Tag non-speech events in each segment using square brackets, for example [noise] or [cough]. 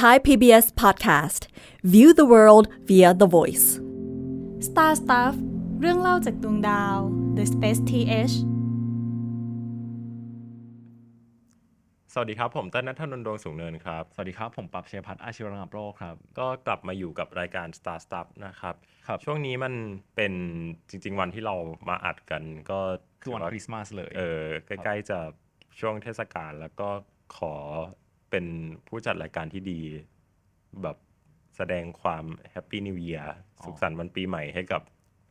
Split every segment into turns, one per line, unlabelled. Thai PBS Podcast View the world via the voice
Star Stuff เรื่องเล่าจากดวงดาว The Space TH
สวัสดีครับ ผมเต้นนัทนนท์ดวงสูงเนินครับ
สวัสดีครับ ผมปรับเชยพัฒน์อาชีวรังับโรคครับ
ก็กลับมาอยู่กับรายการ Star Stuff นะครับ
ครับ
ช่วงนี้มันเป็นจริง ๆ วันที่เรามาอัดกัน ก็
คือวันคริสต์มาสเลย
เออใกล้ๆจะช่วงเทศกาลแล้วก็ขอเป็นผู้จัดรายการที่ดี แบบแสดงความแฮปปี้นิว e a ีย์
อ๋อ
สุขสันต์วันปีใหม่ให้กับ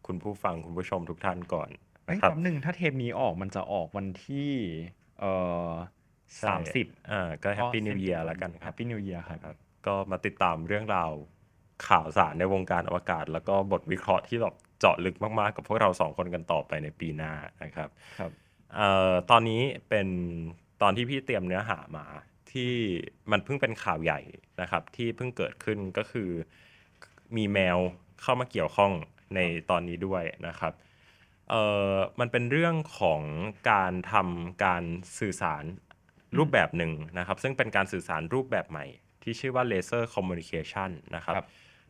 คุณผู้ฟังคุณผู้ชมทุกท่านก่อน
เอ้ย
นะครับ
แป๊บหนึ่งถ้าเทปนี้ออกมันจะออกวันที่เอ่อสามสิบ
อ่าก็แฮปปี้นิว e a ีย์แล้วกันค
แฮ
รับ
ปปี้นิวเยียร์ครับ
ครับก็มาติดตามเรื่องราวข่าวสารในวงการอวกาศ แล้วก็บทวิเคราะห์ที่แบบเจาะลึกมาก ๆ กับพวกเราสองคนกันต่อไปในปีหน้านะครับ
ครับ
เอ่อตอนนี้เป็นตอนที่พี่เตรียมเนื้อหามาที่มันเพิ่งเป็นข่าวใหญ่นะครับ ที่เพิ่งเกิดขึ้นก็คือมีแมวเข้ามาเกี่ยวข้องในตอนนี้ด้วยนะครับ เอ่อมันเป็นเรื่องของการทำการสื่อสารรูปแบบหนึ่งนะครับ ซึ่งเป็นการสื่อสารรูปแบบใหม่ ที่ชื่อว่าเลเซอร์คอมมูนิเคชันนะครับ
ครับ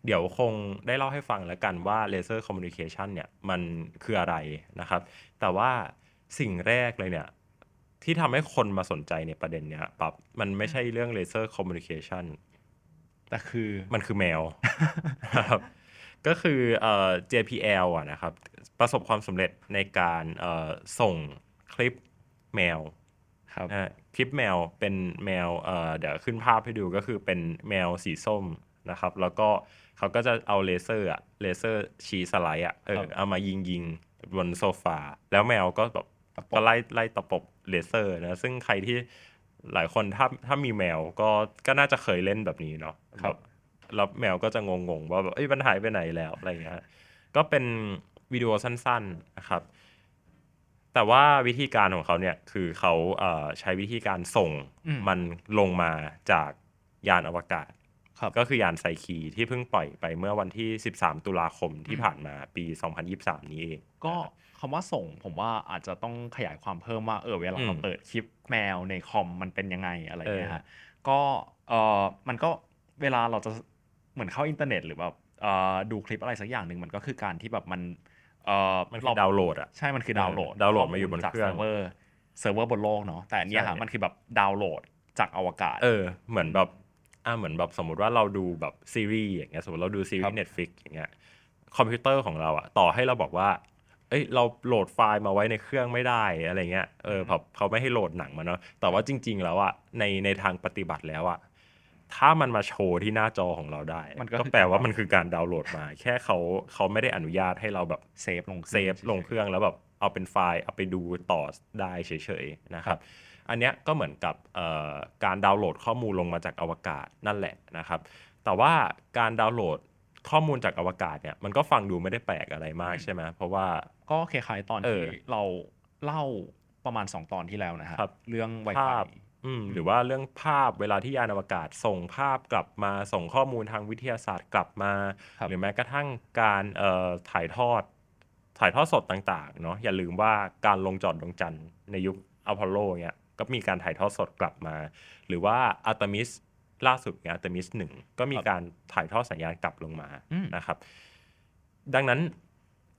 เดี๋ยวคงได้เล่าให้ฟังแล้วกันว่าเลเซอร์คอมมูนิเคชันเนี่ยมันคืออะไรนะครับ แต่ว่าสิ่งแรกเลยเนี่ย ที่ทำให้คนมาสนใจในประเด็นเนี้ยปั๊บมันไม่ใช่เรื่องเลเซอร์คอมมูนิเคชัน
แต่คือ
มันคือแมว ครับ ก็คือเอ่อ JPL อ่ะนะครับ ประสบความสำเร็จในการเอ่อส่งคลิปแมว
ครับ
นะฮะคลิปแมวเป็นแมวเอ่อเดี๋ยวขึ้นภาพให้ดูก็คือเป็นแมวสีส้มนะครับ แล้วก็เขาก็จะเอาเลเซอร์อะเลเซอร์ชีสไลด์อะเออเอามายิงยิงๆบนโซฟา แล้วแมวก็แบบ ก็ไล่ไล่ตะปบเลเซอร์นะ ซึ่งใครที่หลายคนถ้าถ้ามีแมวก็ก็น่าจะเคยเล่นแบบนี้เนาะแบบแล้วแมวก็จะงงๆ ว่าแบบเอ้ยมันหายไปไหนแล้วอะไรอย่างเงี้ยฮะก็เป็นวิดีโอสั้นๆนะครับ แต่ว่าวิธีการของเขาเนี่ยคือเขาเอ่อใช้วิธีการส่งมันลงมาจากยานอวกาศ
ครับ
ก็คือยานไซคีที่เพิ่งปล่อยไปเมื่อวันที่ 13 ตุลาคมที่ผ่านมาปี 2023 นี้เอง
ก็คำว่าส่งผมว่าอาจจะต้องขยายความเพิ่มว่าเออเวลา
อืม
เราเปิดคลิปแมวในคอมมันเป็นยังไงอะไรเงี้ย
เออ
ฮะก็เออมันก็เวลาเราจะเหมือนเข้าอินเทอร์เน็ตหรือแบบเอ่อดูคลิปอะไรสักอย่างหนึ่งมันก็คือการที่แบบมันเออ
มัน
เรา
คือดาวน์โหลดอะ
ใช่ มันคือ
เออ
ดาวน์โหลด
ดาวน์โหลด
ข้
มาอยู่บน
จาก
เครื่อง
เซิร์ฟเวอร์เซิร์ฟเวอร์บนโลกเนาะ แต่อันเนี่ย
ใช่
ฮะมันคือแบบดาวน์โหลดจากอวกาศ
เออเหมือนแบบอ่าเหมือนแบบสมมติว่าเราดูแบบซีรีส์อย่างเงี้ยสมมติเราดูซีรี
ครั
ส์
บ
Netflix อย่างเงี้ยคอมพิวเตอร์ของเราอะต่อให้เราบอกว่า เอ้ยเราโหลดไฟล์มาไว้ในเครื่องไม่ได้อะไรเงี้ยเออแบบเขาไม่ให้โหลดหนังมาเนาะแต่ว่าจริง ๆ แล้วอะในในทางปฏิบัติแล้วอะถ้ามันมาโชว์ที่หน้าจอของเราได้
มันก็
ก็แปลว่ามันคือการดาวน์โหลดมา แค่เขาเขาไม่ได้อนุญาตให้เราแบบ
เซฟลง
เซฟลงเครื่องแล้วแบบเอาเป็นไฟล์เอาไปดูต่อได้เฉยๆนะครับ อันเนี้ยก็เหมือนกับเอ่อการดาวน์โหลดข้อมูลลงมาจากอวกาศนั่นแหละนะครับ แต่ว่าการดาวน์โหลดข้อมูลจากอวกาศเนี่ยมันก็ฟังดูไม่ได้แปลกอะไรมากใช่ไหมเพราะว่า
ก็คล้ายๆตอน
เอ
ที่
อ
เราเล่าประมาณ 2 ตอนที่แล้วนะฮะ
ครับ
เรื่อง
ภา
Wi-Fi
พ อืมหรือว่าเรื่องภาพเวลาที่ยานอวกาศส่งภาพกลับมาส่งข้อมูลทางวิทยาศาสตร์กลับมา
ครับ
หรือแม้กระทั่งการเอ่อถ่ายทอด ถ่ายทอดสดต่างๆเนาะอย่าลืมว่าการลงจอดดวงจันทร์ในยุคอพอลโลเนี่ยก็มีการถ่ายทอดสดกลับมา หรือว่าอัตมิสล่าสุดเนี่ยอัตมิสหนึ่งก็มี
ครับ
การถ่ายทอดสัญญาณกลับลงมา
อืม
นะครับ ดังนั้น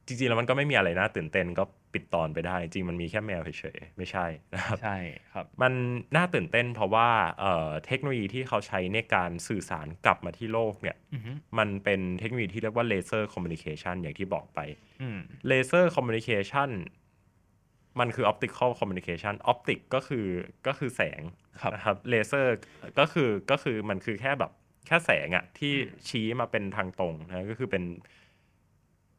จริงๆแล้วมันก็ไม่มีอะไรน่าตื่นเต้นก็ปิดตอนไปได้ จริงๆมันมีแค่แมวเฉยๆไม่ใช่ [laughs] นะครับ
ใช่ครับ
มันน่าตื่นเต้นเพราะว่าเอ่อเทคโนโลยีที่เขาใช้ในการสื่อสารกลับมาที่โลกเนี่ย
อือฮึ
มันเป็นเทคโนโลยีที่เรียกว่าเลเซอร์คอมมิ i นิเคชันอย่างที่บอกไป
อืม
เลเซอร์คอมมิ i นิเคชันมันคือออปติคอลคอมมิ i นิเคชันออปติกก็คือก็คือแสง
ครับ
นะครับเลเซอร์ก็คือก็คือมันคือแค่แบบแค่แสงอะที่ชี้มาเป็นทางตรงนะก็คือเป็น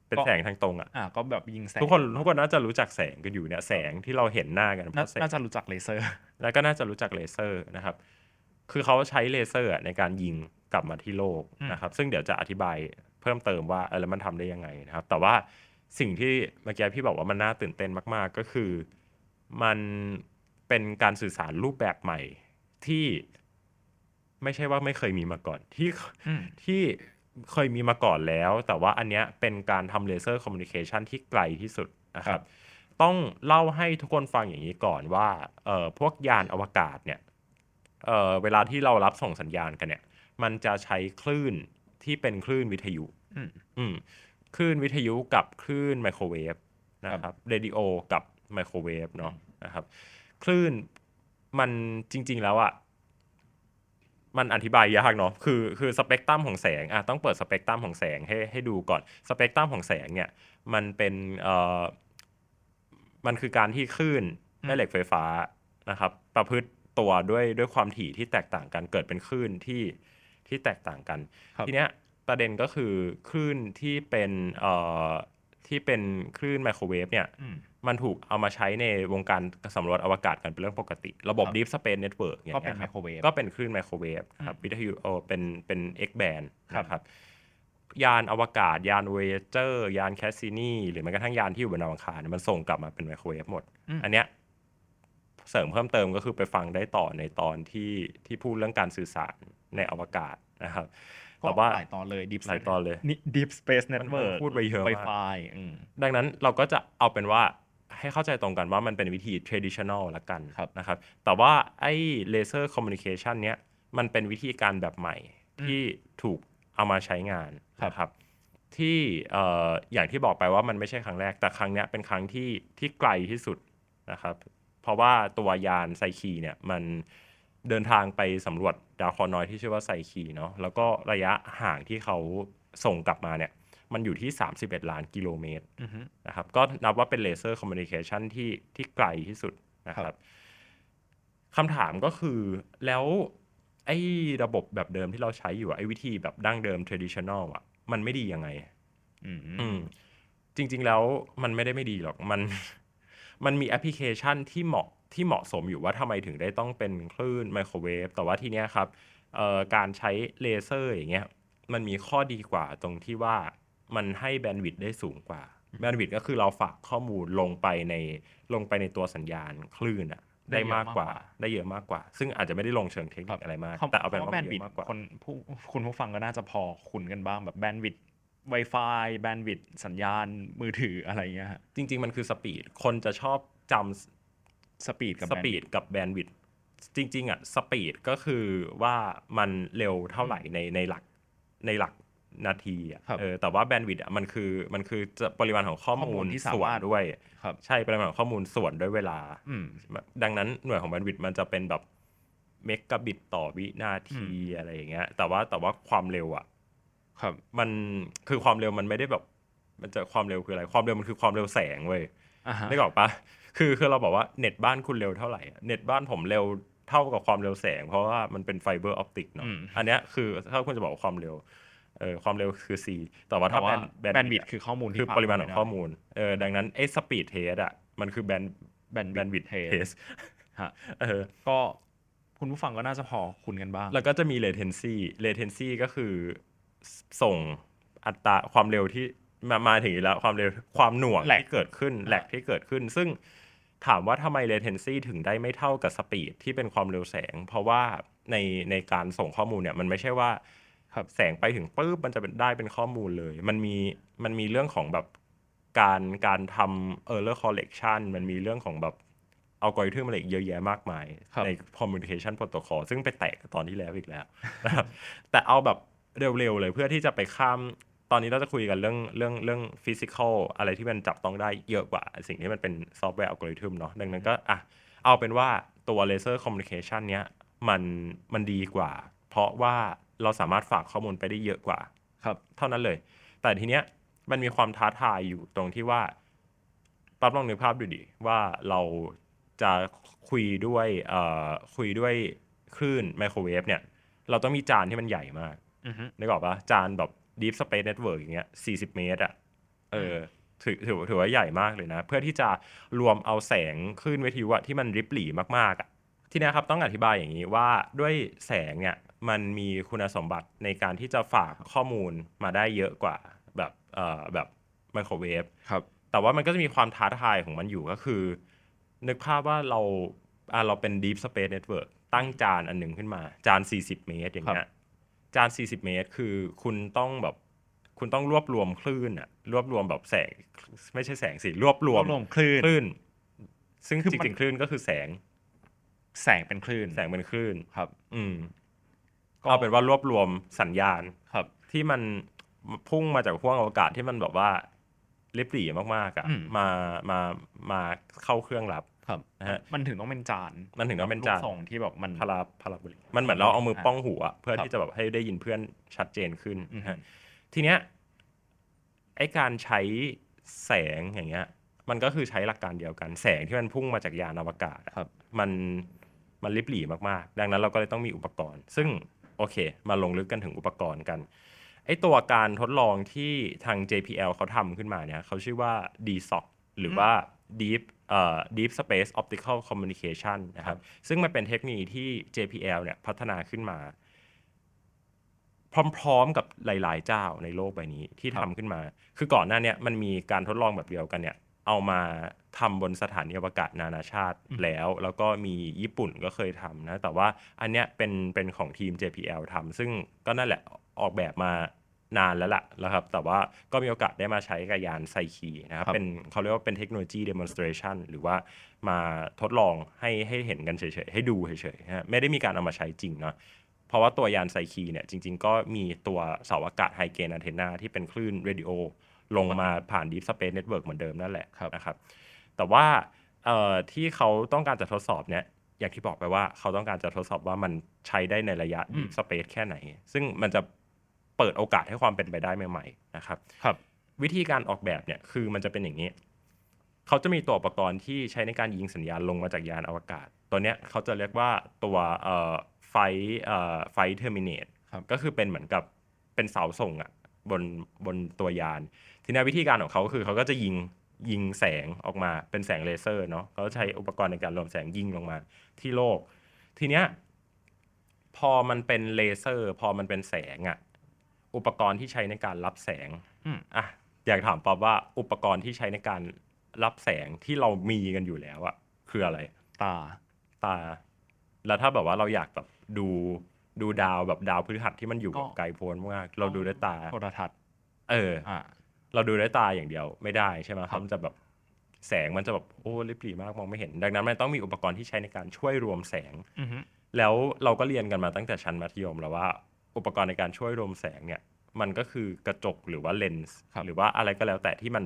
เป็น
ก็
แสงทางตรงอะ
อ่ะก็แบบยิงแสง
ทุกคนทุกคนน่าจะรู้จักแสงกันอยู่เนี่ยแสงที่เราเห็นหน้ากันเพ
นา
ราะแสง
น่าจะรู้จักเลเซอร์
แล้วก็น่าจะรู้จักเลเซอร์นะครับ คือเขาใช้เลเซอร์อะในการยิงกลับมาที่โลก
อืม
นะครับ ซึ่งเดี๋ยวจะอธิบายเพิ่มเติมว่าเออแล้วมันทำได้ยังไงนะครับ แต่ว่าสิ่งที่เมื่อกี้พี่บอกว่ามันน่าตื่นเต้นมาก ๆ ก็คือมันเป็นการสื่อสารรูปแบบใหม่ที่ไม่ใช่ว่าไม่เคยมีมาก่อนที่
อืม
ที่เคยมีมาก่อนแล้ว แต่ว่าอันเนี้ยเป็นการทำเลเซอร์คอมมิ i นิเคชันที่ไกลที่สุดนะค
ครั
รับ
บ
ต้องเล่าให้ทุกคนฟังอย่างนี้ก่อนว่าเอ่อพวกยานอวกาศเนี่ยเอ่อเวลาที่เรารับส่งสัญญาณกันเนี่ย มันจะใช้คลื่นที่เป็นคลื่นวิทยุ
อืม
อืมคลื่นวิทยุกับคลื่นไมโครเวฟนะครับเรดิโอกับไมโครเวฟเนาะนะครับ คลื่นมันจริง ๆ แล้วอะมันอธิบายยากเนาะคือคือสเปกตรัมของแสงอะต้องเปิดสเปกตรัมของแสงให้ให้ดูก่อนสเปกตรัมของแสงเนี่ย มันเป็นเอ่อมันคือการที่คลื่นแม่เหล็กไฟฟ้านะครับ ประพฤติตัวด้วยด้วยความถี่ที่แตกต่างกันเกิดเป็นคลื่นที่ที่แตกต่างกัน
ครับ
ทีเนี้ยประเด็นก็คือคลื่นที่เป็นเอ่อที่เป็นคลื่นไมโครเวฟเนี่ย
อืม
มันถูกเอามาใช้ในวงการสำรวจอวกาศกันเป็นเรื่องปกติ ระบบ
ครับ
Deep Space Network อย่าง
ก็
เงี้ย
เป็น
ค
ไม
รับ
โครเวฟ
ก็เป็นคลื่นไมโครเวฟครับ
อืม
วิทยุเอ่อเป็นเป็น X band
ครับ
นะครับ ยานอวกาศ ยานเวเจอร์ ยานแคสซินีหรือแม้กระทั่งยานที่อยู่บนดาวอังคารเนี่ยมันส่งกลับมาเป็นไมโครเวฟหมด อันเนี้ยเสริมเพิ่มเติมก็คือไปฟังได้ต่อในตอนที่ที่พูดเรื่องการสื่อสารในอวกาศนะครับ
ก็
แต่ว่า
หลายตอนเลยดิฟ
หลายตอนเลย
นี่ Deep Space Network
พูดไปเยอะมาก
ไฟไฟอืม
ดังนั้นเราก็จะเอาเป็นว่าให้เข้าใจตรงกันว่ามันเป็นวิธี traditional ละกัน
ครับ
นะครับ แต่ว่าไอ้ laser communication เนี้ยมันเป็นวิธีการแบบใหม่
อืม
ที่ถูกเอามาใช้งาน
ครับ
นะครับ ที่เอ่ออย่างที่บอกไปว่ามันไม่ใช่ครั้งแรกแต่ครั้งเนี้ยเป็นครั้งที่ที่ไกลที่สุดนะครับ เพราะว่าตัวยานไซคีเนี่ยมันเดินทางไปสำรวจดาวเคราะห์น้อยที่ชื่อว่าไซคีเนาะแล้วก็ระยะห่างที่เขาส่งกลับมาเนี่ยมันอยู่ที่ 31 ล้านกิโลเมตร
อือฮึ
นะครับก็นับว่าเป็นเลเซอร์คอมมิวนิเคชันที่ที่ไกลที่สุดนะค
ครั
รับบ คำถามก็คือแล้วไอ้ระบบแบบเดิมที่เราใช้อยู่อะไอ้วิธีแบบดั้งเดิม traditional อะมันไม่ดียังไง
อืม
อืมจริง ๆ แล้วมันไม่ได้ไม่ดีหรอกมัน [laughs] มันมีแอปพลิเคชันที่เหมาะที่เหมาะสมอยู่ว่าทำไมถึงได้ต้องเป็นคลื่นไมโครเวฟแต่ว่าทีเนี้ยครับเอ่อการใช้เลเซอร์อย่างเงี้ยมันมีข้อดีกว่าตรงที่ว่ามันให้แบนด์วิดต์ได้สูงกว่า แบนด์วิดต์ก็คือเราฝากข้อมูลลงไปในลงไปในตัวสัญญาณคลื่นอะได้มากกว่าได้เยอะมากกว่า ซึ่งอาจจะไม่ได้ลงเชิงเทคนิคอะไรมาก
คำ
แต่เอาเป็น
คำ
ว่า
ว่าแบ
มัน
นด์วิด
เยอะมากกว่า
คนผู้คุณผู้ฟังก็น่าจะพอคุ้นกันบ้างแบบแบนด์วิดไวไฟแบนด์วิดสัญญาณมือถืออะไรเงี้ยฮะ
จริง ๆ มันคือสปีดคนจะชอบจำ
สปีดกับ
สปีดกับแบนด์วิดต์จริง ๆ อ่ะ สปีดก็คือว่ามันเร็วเท่าไหร่ในในหลักในหลักนาทีอ่ะ
ครับ
เออแต่ว่าแบนด์วิดต์อ่ะมันคือมันคือจะปริมาณของข้อ
ข้อมู
มูล
ลที่สา
ส่วน
มารถ
ด้วย
ครับ
ใช่ปริมาณของข้อมูลส่วนด้วยเวลา
อืม
ดังนั้นหน่วยของแบนด์วิดต์มันจะเป็นแบบเมกะบิตต่อวินาทีอะไรอย่างเงี้ยแต่ว่าแต่ว่าความเร็วอ่ะ
ครับ
มันคือความเร็วมันไม่ได้แบบ มันจะความเร็วคืออะไร ความเร็วมันคือความเร็วแสงเว้ย
อ่าฮะ
นึกออกปะคือคือเราบอกว่าเน็ตบ้านคุณเร็วเท่าไหร่อะเน็ตบ้านผมเร็วเท่ากับความเร็วแสง เพราะว่ามันเป็นไฟเบอร์ออปติกเนาะ
อืม
อันเนี้ยคือถ้าคุณจะบอกว่าความเร็ว เออความเร็วคือ c แต่ว่า
แต่
ถ้า
ว่า
แบน
แบน
ด์
ด์
วิด
วิดคือข้อมูลที่
คือ
ฟั
ปริมาณของข้อ
ไได้
มูล เออดังนั้นไอ้สปีดเทสอะมันคือแบนด์
แบนด์
แบนด์วิด
เท
เทส
ฮะ
เออ
ก็คุณผู้ฟังก็น่าจะพอคุ้นกันบ้าง
แล้วก็จะมี latency latency ก็คือสส่งอัตราความเร็วที่มามาถึงอีกแล้วความเร็วความหน่วง
แหลก
ที่เกิดขึ้นแหลกที่เกิดขึ้น ซึ่งถามว่าทำไม latency ถึงได้ไม่เท่ากับ speed ที่เป็นความเร็วแสง เพราะว่าในในการส่งข้อมูลเนี่ยมันไม่ใช่ว่า
ครับ
แสงไปถึงปุ๊บมันจะเป็นได้เป็นข้อมูลเลย มันมีมันมีเรื่องของแบบการการทำ error correction มันมีเรื่องของแบบ เอากริทึมอะไรอีกเยอะแยะมากมาย
ครับ
ใน communication protocol ซึ่งไปแตกกับตอนที่แล้วอีกแล้ว [laughs] นะครับแต่เอาแบบเร็วๆเลยเพื่อที่จะไปข้าม ตอนนี้เราจะคุยกันเรื่องเรื่องเรื่อง physical อะไรที่มันจับต้องได้เยอะกว่า สิ่งที่มันเป็นซอฟต์แวร์อัลกอริทึมเนาะดังนั้นก็อ่ะเอาเป็นว่าตัว laser communication เนี้ยมันมันดีกว่า เพราะว่าเราสามารถฝากข้อมูลไปได้เยอะกว่า
ครับ
เท่านั้นเลย แต่ทีเนี้ยมันมีความท้าทายอยู่ตรงที่ว่าปั๊บลองนึกภาพดูดิว่าเราจะคุยด้วยเอ่อคุยด้วยคลื่นไมโครเวฟเนี่ย เราต้องมีจานที่มันใหญ่มาก
อือฮึ
นึกออกปะจานแบบ Deep Space Network อย่างเงี้ย 40 เมตรอะเออถือถือถือว่าใหญ่มากเลยนะ เพื่อที่จะรวมเอาแสงคลื่นวิทยุอะที่มันริบหรี่มากๆอะ ทีเนี้ยครับต้องอธิบายอย่างนี้ว่าด้วยแสงเนี่ยมันมีคุณสมบัติในการที่จะฝากข้อมูลมาได้เยอะกว่าแบบเอ่อแบบไมโครเวฟ
ครับ
แต่ว่ามันก็จะมีความท้าทายของมันอยู่ก็คือ นึกภาพว่าเราอ่ะเราเป็น Deep Space Network ตั้งจานอันหนึ่งขึ้นมา จาน 40 เมตรอย่างเงี้ยจาน 40 เมตรคือคุณต้องแบบคุณต้องรวบรวมคลื่นอะรวบรวมแบบแสงไม่ใช่แสงสิรวบรวม
รวมคลื่น
คลื่น ซึ่ง
คือ
จ
มัน
ริงๆคลื่นก็คือแสง
แสงเป็นคลื่น
แสงเป็นคลื่น
ครับ
อืม
ก็
เอาเป็นว่ารวบรวมสัญญาณ
ครับ
ที่มันพุ่งมาจากห้วงอวกาศที่มันแบบว่าลิบหรี่มากๆอะ
อืม
มามามาเข้าเครื่องรับ
ครับ
นะฮะ
มันถึงต้องเป็นจาน
มันถึงต้องเป็นจาน
รูปทรงที่แบบมัน
พาราพาราโบลิกมันเหมือนเราเอามือป้องหูอะเพื่อ
ครับ
ที่จะแบบให้ได้ยินเพื่อนชัดเจนขึ้น
อือฮึ
ฮะทีเนี้ยไอการใช้แสงอย่างเงี้ย มันก็คือใช้หลักการเดียวกัน แสงที่มันพุ่งมาจากยานอวกาศอะ
ครับ
มันมันริบหรี่มากๆ ดังนั้นเราก็เลยต้องมีอุปกรณ์ ซึ่งโอเค มาลงลึกกันถึงอุปกรณ์กัน ไอตัวการทดลองที่ทาง JPL เขาทำขึ้นมาเนี่ยเขาชื่อว่า DSOC หรือว่า Deep เอ่อ Deep Space Optical Communication นะครับ ซึ่งมันเป็นเทคโนโลยีที่ JPL เนี่ยพัฒนาขึ้นมา พร้อมๆ กับหลายๆ เจ้าในโลกใบนี้ที่ทำขึ้นมา คือก่อนหน้าเนี้มันมีการทดลองแบบเดียวกันเนี่ย เอามาทำบนสถานีอวกาศนานาชาติแล้ว แล้วก็มีญี่ปุ่นก็เคยทำนะ แต่ว่าอันเนี้ยเป็นเป็นของทีม JPL ทำซึ่งก็นั่นแหละออกแบบมานานแล้วล่ะนะครับ แต่ว่าก็มีโอกาสได้มาใช้กับยานไซคีนะครับ
ครับ
เป็นเขาเรียกว่าเป็นเทคโนโลยี demonstration หรือว่ามาทดลองให้ให้เห็นกันเฉยๆ ให้ดูเฉยๆนะฮะไม่ได้มีการเอามาใช้จริงเนาะ เพราะว่าตัวยานไซคีเนี่ยจริง ๆ ก็มีตัวเสาอากาศไฮเกนอะเทนาที่เป็นคลื่นเรดิโอลงมาผ่าน Deep Space Network เหมือนเดิมนั่นแหละ
ครับ
นะครับ แต่ว่าเอ่อที่เขาต้องการจะทดสอบเนี่ยอย่างที่บอกไปว่าเขาต้องการจะทดสอบว่ามันใช้ได้ในระยะ
อืม
Deep Space แค่ไหน ซึ่งมันจะเปิดโอกาสให้ความเป็นไปได้ใหม่ๆนะครับ
ครับ
วิธีการออกแบบเนี่ยคือมันจะเป็นอย่างนี้ เขาจะมีตัวอุปกรณ์ที่ใช้ในการยิงสัญญาณลงมาจากยานอวกาศ ตัวเนี้ยเขาจะเรียกว่าตัวเอ่อไฟเอ่อไฟเทอร์มินเต
ครับ
ก็คือเป็นเหมือนกับเป็นเสาส่งอะบนบนตัวยาน ทีนี้วิธีการของเขาคือเขาก็จะยิงยิงแสงออกมาเป็นแสงเลเซอร์เนาะเขาใช้อุปกรณ์ในการรวมแสงยิงลงมาที่โลก ทีเนี้ยพอมันเป็นเลเซอร์ พอมันเป็นแสงอะอุปกรณ์ที่ใช้ในการรับแสง อ่ะอยากถามป๊อบว่าอุปกรณ์ที่ใช้ในการรับแสงที่เรามีกันอยู่แล้วอะคืออะไร
ตา
ตา แล้วถ้าแบบว่าเราอยากแบบดูดูดาวแบบดาวพฤหัสที่มันอยู่
ก็
ไกลโพ้นมากเราดูด้วยตา
โทรทัศน์
เออ
อ่า
เราดูด้วยตาอย่างเดียวไม่ได้ใช่ไหม
ครับ
มันจะแบบแสงมันจะแบบโอ้ริบหรี่มากมองไม่เห็น ดังนั้นมันต้องมีอุปกรณ์ที่ใช้ในการช่วยรวมแสง
อือฮึ
แล้วเราก็เรียนกันมาตั้งแต่ชั้นมัธยมแล้วว่า อุปกรณ์ในการช่วยรวมแสงเนี่ย มันก็คือกระจกหรือว่าเลนส์
ครับ
หรือว่าอะไรก็แล้วแต่ที่มัน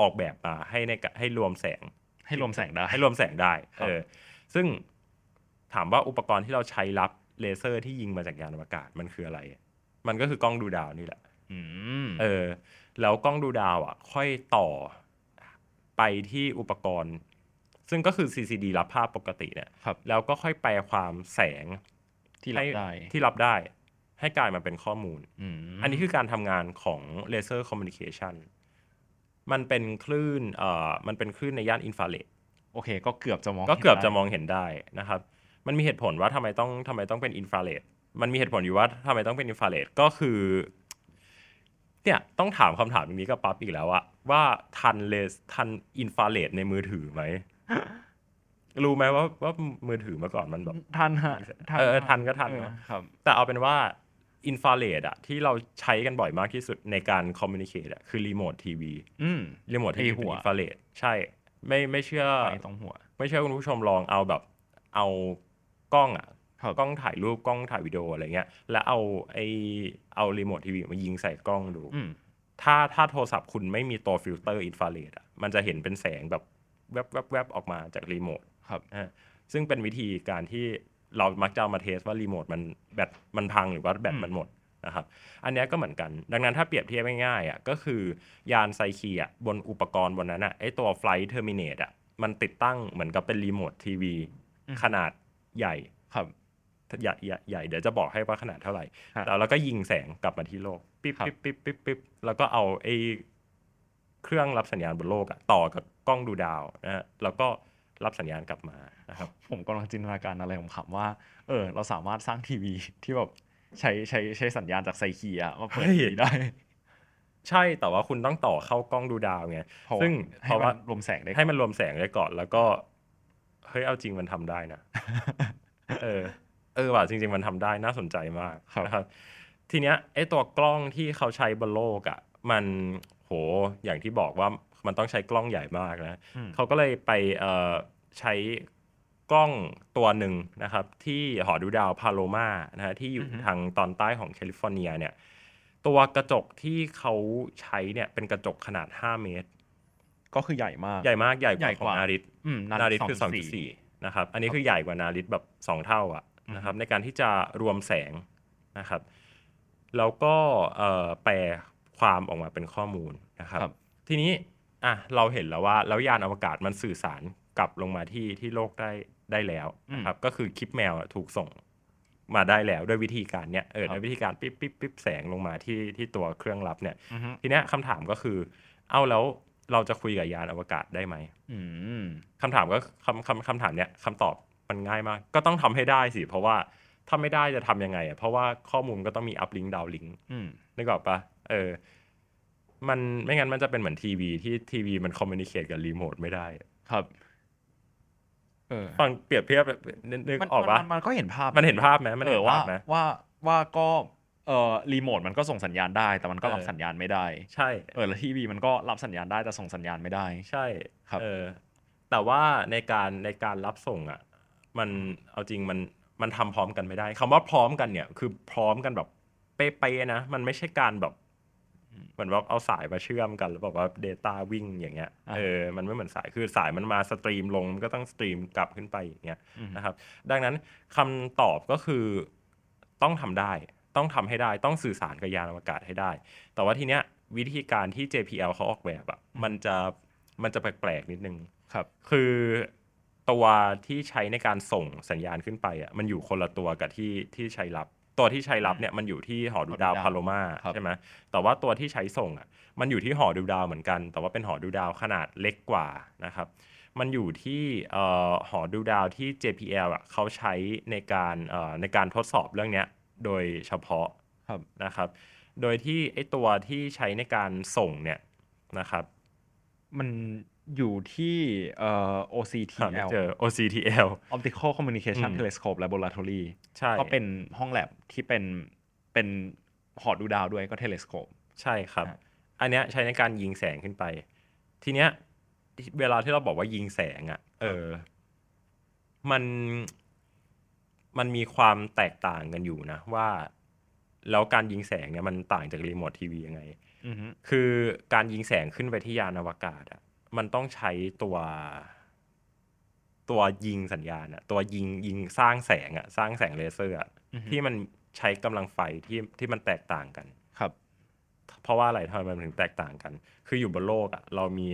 ออกแบบมาให้ในกะให้รวมแสง
ให้รวมแสงได้
ให้รวมแสงได้
ครั
เอ
บ
อซึ่งถามว่าอุปกรณ์ที่เราใช้รับเลเซอร์ที่ยิงมาจากยานอวกาศมันคืออะไร มันก็คือกล้องดูดาวนี่แหละ
อืม
เออแล้วกล้องดูดาวอ่ะ ค่อยต่อไปที่อุปกรณ์ ซึ่งก็คือ CCD รับภาพปกติเนี่ย
ครับ
แล้วก็ค่อยแปลความแสง
ที่รับ
ให้
ได้
ที่รับได้ ให้กลายมาเป็นข้อมูล
ม
อันนี้คือการทำงานของเลเซอร์คอมมิวนิเคชันมันเป็นคลื่นเอ่อมันเป็นคลื่นในย่านอินฟราเรด
โอเค ก็เกือบจะมอง
ก็เกือบจะม
ห็นได
องเห็นได้นะครับ มันมีเหตุผลว่าทำไมต้องทำไมต้องเป็นอินฟราเรด มันมีเหตุผลอยู่ว่าทำไมต้องเป็นอินฟราเรดก็คือ เนี่ยต้องถามคำถามอย่างนี้กับปั๊บอีกแล้วอะว่าทันเลสทันอินฟราเรดในมือถือไหม รู้ไหมว่าว่ามือถือเมื่อก่อนมันแบบ
้ทันฮะ
เออเออทันก็ทัน
เออ
เนอะ
ครับ
แต่เอาเป็นว่าอินฟราเรดอะที่เราใช้กันบ่อยมากที่สุดในการคอมมิวนิเคชอะคือรีโมททีวี
อืม
รีโมททีวี
ไอ้
เป็
หั
น
ว
อินฟราเรดใช่ ไม่ไม่เชื่อ
ไปตรงหัว
ไม่ใช่คุณผู้ชมลองเอาแบบเอากล้องอ่ะ
ครับ
กล้องถ่ายรูปกล้องถ่ายวิดีโออะไรเงี้ย แล้วเอาไอเอารีโมททีวีมายิงใส่กล้องดู
อืม
ถ้าถ้าโทรศัพท์คุณไม่มีตัวฟิลเตอร์อินฟราเรดอ่ะมันจะเห็นเป็นแสงแบบแวบแวบแวบออกมาจากรีโมท
ครับ
นะฮะซึ่งเป็นวิธีการที่เรามักจะเอามาเทสว่ารีโมทมันแบตมันพังหรือว่าแบต
อืม
มันหมดนะครับอันเนี้ยก็เหมือนกัน ดังนั้นถ้าเปรียบเทียบง่ายๆอ่ะก็คือยานไซคีอ่ะบนอุปกรณ์บนนั้นอ่ะไอตัวไฟล์เทอร์มินเนตอ่ะมันติดตั้งเหมือนกับเป็นรีโมททีวีขนาดใหญ่
ครับ
ใหญ่ใหญ่ใหญ่เดี๋ยวจะบอกให้ว่าขนาดเท่าไหร่
ฮะ
แล้วเราก็ยิงแสงกลับมาที่โลกปิ๊บ
ครับ
ปิ๊บปิ๊บปิ๊บปิ๊บแล้วก็เอาไอ้เครื่องรับสัญญาณบนโลกอะต่อกับกล้องดูดาวนะฮะแล้วก็รับสัญญาณกลับมานะครับ
ผมกำลังจินตนาการอะไรของขำว่า เออ เราสามารถสร้างทีวีที่แบบใช้ใช้ใช้สัญญาณจากไซคีอะมาเปิด
เฮ้ย
ทีวีได้
ใช่แต่ว่าคุณต้องต่อเข้ากล้องดูดาวไง ซึ่ง
เพ
เพ
ราะ
ราะ
ว่า
ว่า
ให้มันรวมแสงได้
ให้มันรวมแสงได้ก่อน แล้วก็เฮ้ยเอาจริงมันทำได้ [laughs] นะ เออ เออว่ะจริง ๆ มันทำได้น่าสนใจมากนะครับ ทีเนี้ยไอ้ตัวกล้องที่เขาใช้บนโลกอะ่ะ มันโหอย่างที่บอกว่ามันต้องใช้กล้องใหญ่มากนะ
อืม
เขาก็เลยไปเอ่อใช้ กล้องตัวหนึ่งนะครับ ที่หอดูดาวพาโลมานะฮะที่อยู่
อือฮึ
ทางตอนใต้ของแคลิฟอร์เนียเนี่ยตัวกระจกที่เขาใช้เนี่ยเป็นกระจกขนาด 5 เมตร
ก็คือใหญ่มาก
ใหญ่มากใหญ่ก
ใหญ่
ว่าก ของ
ว่า
นาริส
อืม
นาริสคือ
2.4
2.4 นะครับ อันนี้คือใหญ่กว่านาริสแบบ 2 เท่าอะนะครับในการที่จะรวมแสงนะครับ แล้วก็เอ่อแปลความออกมาเป็นข้อมูลนะครับ
ครับ
ทีนี้อ่ะเราเห็นแล้วว่าแล้วยานอวกาศมันสื่อสารกลับลงมาที่ที่โลกได้ได้แล้วนะครับ ก็คือคลิปแมวอะถูกส่งมาได้แล้วด้วยวิธีการเนี้ยเออด้วยวิธีการปิ๊บปิ๊บปิ๊บแสงลงมาที่ที่ตัวเครื่องรับเนี่ย
อือฮึ
ทีเนี้ยคำถามก็คือ เอาแล้วเราจะคุยกับยานอวกาศได้ไหม
อืม
คำถามก็คำคำคำถามเนี้ยคำตอบมันง่ายมาก ก็ต้องทำให้ได้สิ เพราะว่าถ้าไม่ได้จะทำยังไงอ่ะเพราะว่าข้อมูลก็ต้องมีอัพลิงดาวลิง
อืม
นึกออกปะเออ มันไม่งั้นมันจะเป็นเหมือนทีวีที่ทีวีมันคอมมิ n ิเค e กับรีโมทไม่ได้
ครับ เออ
ฟังเปรียบเทียบแบบนึกนึกออกปะ
มันมันก็เห็นภาพ
มันเห็นภาพไหมมัน
เอ
เห็
อน ว่า
ภาพไหม
ว่าว่าก็เอ่อรีโมทมันก็ส่งสัญญาณได้ แต่มันก็รับ
เออ
สัญญาณไม่ได้
ใช่
เออแล้วทีวีมันก็รับสัญญาณได้แต่ส่งสัญญาณไม่ได้
ใช่
ครับ
เออ แต่ว่าในการในการรับส่งอ่ะ มันเอาจริงมันมันทำพร้อมกันไม่ได้คำว่าพร้อมกันเนี่ย คือพร้อมกันแบบเป๊ะๆนะ มันไม่ใช่การแบบ เหมือนว่าเอาสายมาเชื่อมกัน แล้วบอกว่า Data วิ่งอย่างเงี้ย
อ่ะ
เออมันไม่เหมือนสายคือสายมันมาสตรีมลงมันก็ต้องสตรีมกลับขึ้นไปอย่างเงี้ยนะครับ ดังนั้นคำตอบก็คือต้องทำได้ ต้องทำให้ได้ต้องสื่อสารกับยานอวกาศให้ได้ แต่ว่าทีเนี้ยวิธีการที่ JPL เขาออกแบบอะมันจะมันจะแปลกๆนิดนึง
ครับ
คือตัวที่ใช้ในการส่งสัญญาณขึ้นไปอ่ะมันอยู่คนละตัวกับที่ที่ใช้รับ ตัวที่ใช้รับเนี่ยมันอยู่ที่หอดูดาว
หอดูดาว
พาโลมา
ครับ
ใช่ไหมแต่ว่าตัวที่ใช้ส่งอ่ะมันอยู่ที่หอดูดาวเหมือนกัน แต่ว่าเป็นหอดูดาวขนาดเล็กกว่านะครับ มันอยู่ที่เอ่อหอดูดาวที่ JPL อ่ะเขาใช้ในการเอ่อในการทดสอบเรื่องเนี้ยโดยเฉพาะ
ครับ
นะครับ โดยที่ไอตัวที่ใช้ในการส่งเนี่ยนะครับ
มันอยู่ที่เอ่อ
หาไม่
OCTL
เจอ OCTL
Optical
อื
Communication
ม
Telescope Laboratory
ใช่
ก็เป็นห้องแลบที่เป็นเป็นหอดูดาวด้วยก็เทเลสโคป
ใช่ครับ
อ่ะ
อันเนี้ยใช้ในการยิงแสงขึ้นไป ทีเนี้ยเวลาที่เราบอกว่ายิงแสงอะ่ะ เออ มันมันมีความแตกต่างกันอยู่นะ ว่า แล้วการยิงแสงเนี่ยมันต่างจากรีโมททีวียังไง คือการยิงแสงขึ้นไปที่ยานอวกาศอะมันต้องใช้ตัวตัวยิงสัญญาณอะตัวยิงยิงสร้างแสงอะสร้างแสงเลเซอร์อะ
อือฮึ
ที่มันใช้กำลังไฟที่ที่มันแตกต่างกัน
ครับ
เพราะว่าอะไรทำไมมันถึงแตกต่างกัน คืออยู่บนโลกอะเรามี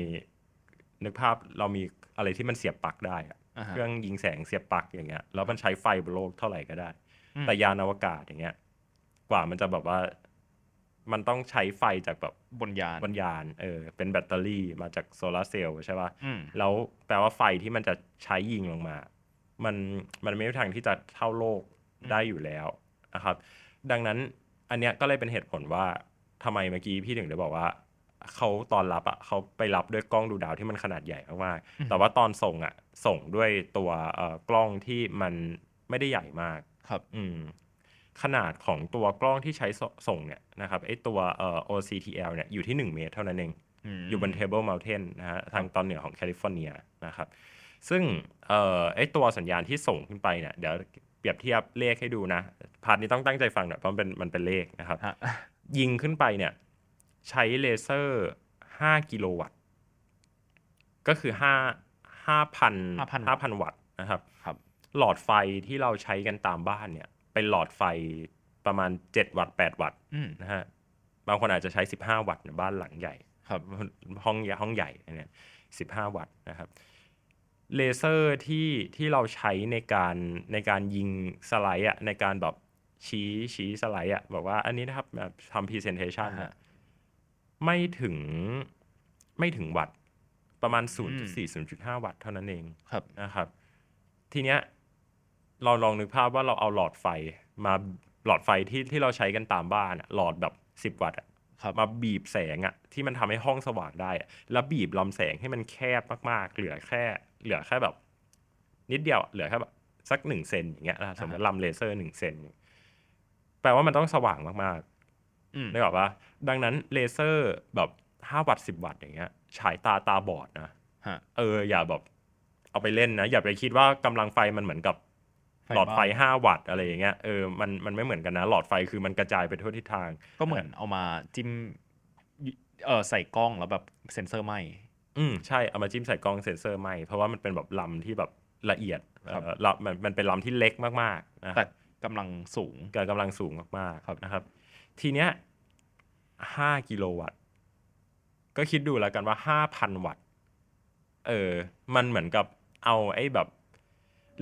นึกภาพเรามีอะไรที่มันเสียบปลั๊กได้อะ
อ่าฮะ
เครื่องยิงแสงเสียบปลั๊กอย่างเงี้ยแล้วมันใช้ไฟบนโลกเท่าไหร่ก็ได้
อืม
แต่ยานอวกาศอย่างเงี้ย กว่ามันจะแบบว่า มันต้องใช้ไฟจากแบบ
บนยาน
บนยานเออเป็นแบตเตอรี่มาจากโซลาร์เซลล์ใช่ป่ะ
อืม
แล้วแปลว่าไฟที่มันจะใช้ยิงลงมา มันมันไม่มีทางที่จะเท่าโลกได้อยู่แล้วนะครับ ดังนั้นอันเนี้ยก็เลยเป็นเหตุผลว่าทำไมเมื่อกี้พี่ถึงได้บอกว่า เขาตอนรับอ่ะเขาไปรับด้วยกล้องดูดาวที่มันขนาดใหญ่มาก
อืม
ๆแต่ว่าตอนส่งอ่ะส่งด้วยตัวเอ่อกล้องที่มันไม่ได้ใหญ่มาก
ครับ
อืมขนาดของตัวกล้องที่ใช้สส่งเนี่ยนะครับไอตัวเอ่อ OCTL เนี่ยอยู่ที่ 1 เมตรเท่านั้นเอง อยู่บน Table Mountain นะฮะทางตอนเหนือของแคลิฟอร์เนียนะครับ ซึ่งเอ่อไอตัวสัญญาณที่ส่งขึ้นไปเนี่ยเดี๋ยวเปรียบเทียบเลขให้ดูนะ พาร์ทนี้ต้องตั้งใจฟังหน่อยเพราะมันเป็นมันเป็นเลขนะครับ
ฮะ
ยิงขึ้นไปเนี่ยใช้เลเซอร์ 5 กิโลวัตต์ ก็คือ 5 5,000
5,000
5,000 วัตต์นะครับ
ครับ
หลอดไฟที่เราใช้กันตามบ้านเนี่ย เป็นหลอดไฟประมาณ 7 วัตต์ 8 วัตต์
อืม
นะฮะบางคนอาจจะใช้ 15 วัตต์ในบ้านหลังใหญ่
ครับ
ห้องใหญ่ห้องใหญ่เนี่ยสิบห้าวัตต์นะครับเลเซอร์ที่ที่เราใช้ในการในการยิงสไลด์อะในการแบบชี้ชี้สไลด์อะบอกว่าอันนี้นะครับแบบทำพรีเซนเทชันอะไม่ถึงไม่ถึงวัตต์ประมาณ 0.4-0.5 วัตต์เท่านั้นเอง
ครับ
นะครับทีเนี้ยเราลองนึกภาพว่าเราเอาหลอดไฟมาหลอดไฟที่ที่เราใช้กันตามบ้านอะหลอดแบบสิบ10 วัตต์อะ
ครับ
มาบีบแสงอะที่มันทำให้ห้องสว่างได้อะแล้วบีบลำแสงให้มันแคบมากๆ เหลือแค่ เหลือแค่แบบ นิดเดียวอะเหลือแค่แบบสักหนึ่งเซนอย่างเงี้ยนะสมมติลำเลเซอร์หนึ่งเซนแปลว่ามันต้องสว่างมาก
อืม
ๆนึกออกปะดังนั้นเลเซอร์แบบห้าวัตต์สิบวัตต์อย่างเงี้ยฉายตาตาบอดนะ
ฮะ
เอออย่าแบบ เอาไปเล่นนะ อย่าไปคิดว่ากำลังไฟมันเหมือนกับ
ไฟบ้าน
หลอดไฟ 5 วัตต์อะไรอย่างเงี้ยเออมันมันไม่เหมือนกันนะ หลอดไฟคือมันกระจายไปทั่วทิศทาง
ก็เหมือนเอามาจิ้มเออใส่กล้องแล้วแบบเซ็นเซอร์ไหม
อืมใช่ เอามาจิ้มใส่กล้องเซ็นเซอร์ไม่ เพราะว่ามันเป็นแบบลำที่แบบละเอียด
ครับ
เอ่อลำมันมันเป็นลำที่เล็กมากๆนะค
แต่
รับ
กำลังสูง
เกิดกำลังสูงมาก
ครับ
ๆนะครับ ทีเนี้ยห้ากิโลวัตต์ ก็คิดดูแล้วกันว่าห้าพันวัตต์ เออ มันเหมือนกับเอาไอ้แบบ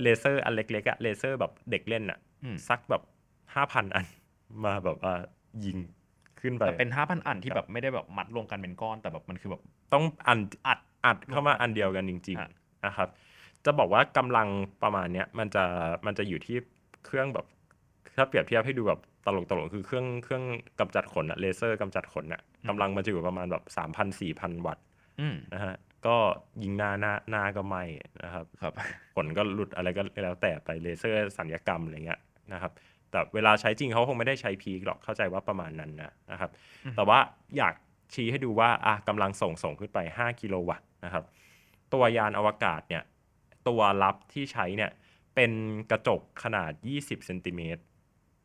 เลเซอร์อันเล็กๆอะเลเซอร์แบบเด็กเล่นอะ
อืม
สักแบบห้าพันอัน มาแบบว่ายิงขึ้นไป
แต่เป็นห้าพันอันที่แบบไม่ได้แบบมัดรวมกันเป็นก้อน แต่แบบมันคือแบบ
ต้องอัน
อั
อั
ด
ดอัดเข้ามาอันเดียวกันจริง
อ่ะ
ๆนะครับ จะบอกว่ากำลังประมาณเนี้ยมันจะมันจะอยู่ที่เครื่องแบบถ้าเปรียบเทียบให้ดูแบบตลกตลกๆคือเครื่องเครื่องกำจัดขนอะเลเซอร์กำจัดขนอะกำลังมันจะอยู่ประมาณแบบสามพันสี่พันวัตต์
อืม
นะฮะก็ยิงหน้าหน้าหน้าก็ไหมนะครับ [laughs]
ครับ
ผลก็หลุดอะไรก็แล้วแต่ไปเลเซอร์สัญญกรรมอะไรเงี้ยนะครับ แต่เวลาใช้จริงเขาคงไม่ได้ใช้พีคหรอกเข้าใจว่าประมาณนั้นนะนะครับ แต่ว่าอยากชี้ให้ดูว่าอ่ะกำลังส่งส่งขึ้นไป 5 กิโลวัตต์นะครับ ตัวยานอวกาศเนี่ย ตัวรับที่ใช้เนี่ย เป็นกระจกขนาด 20เซนติเมตร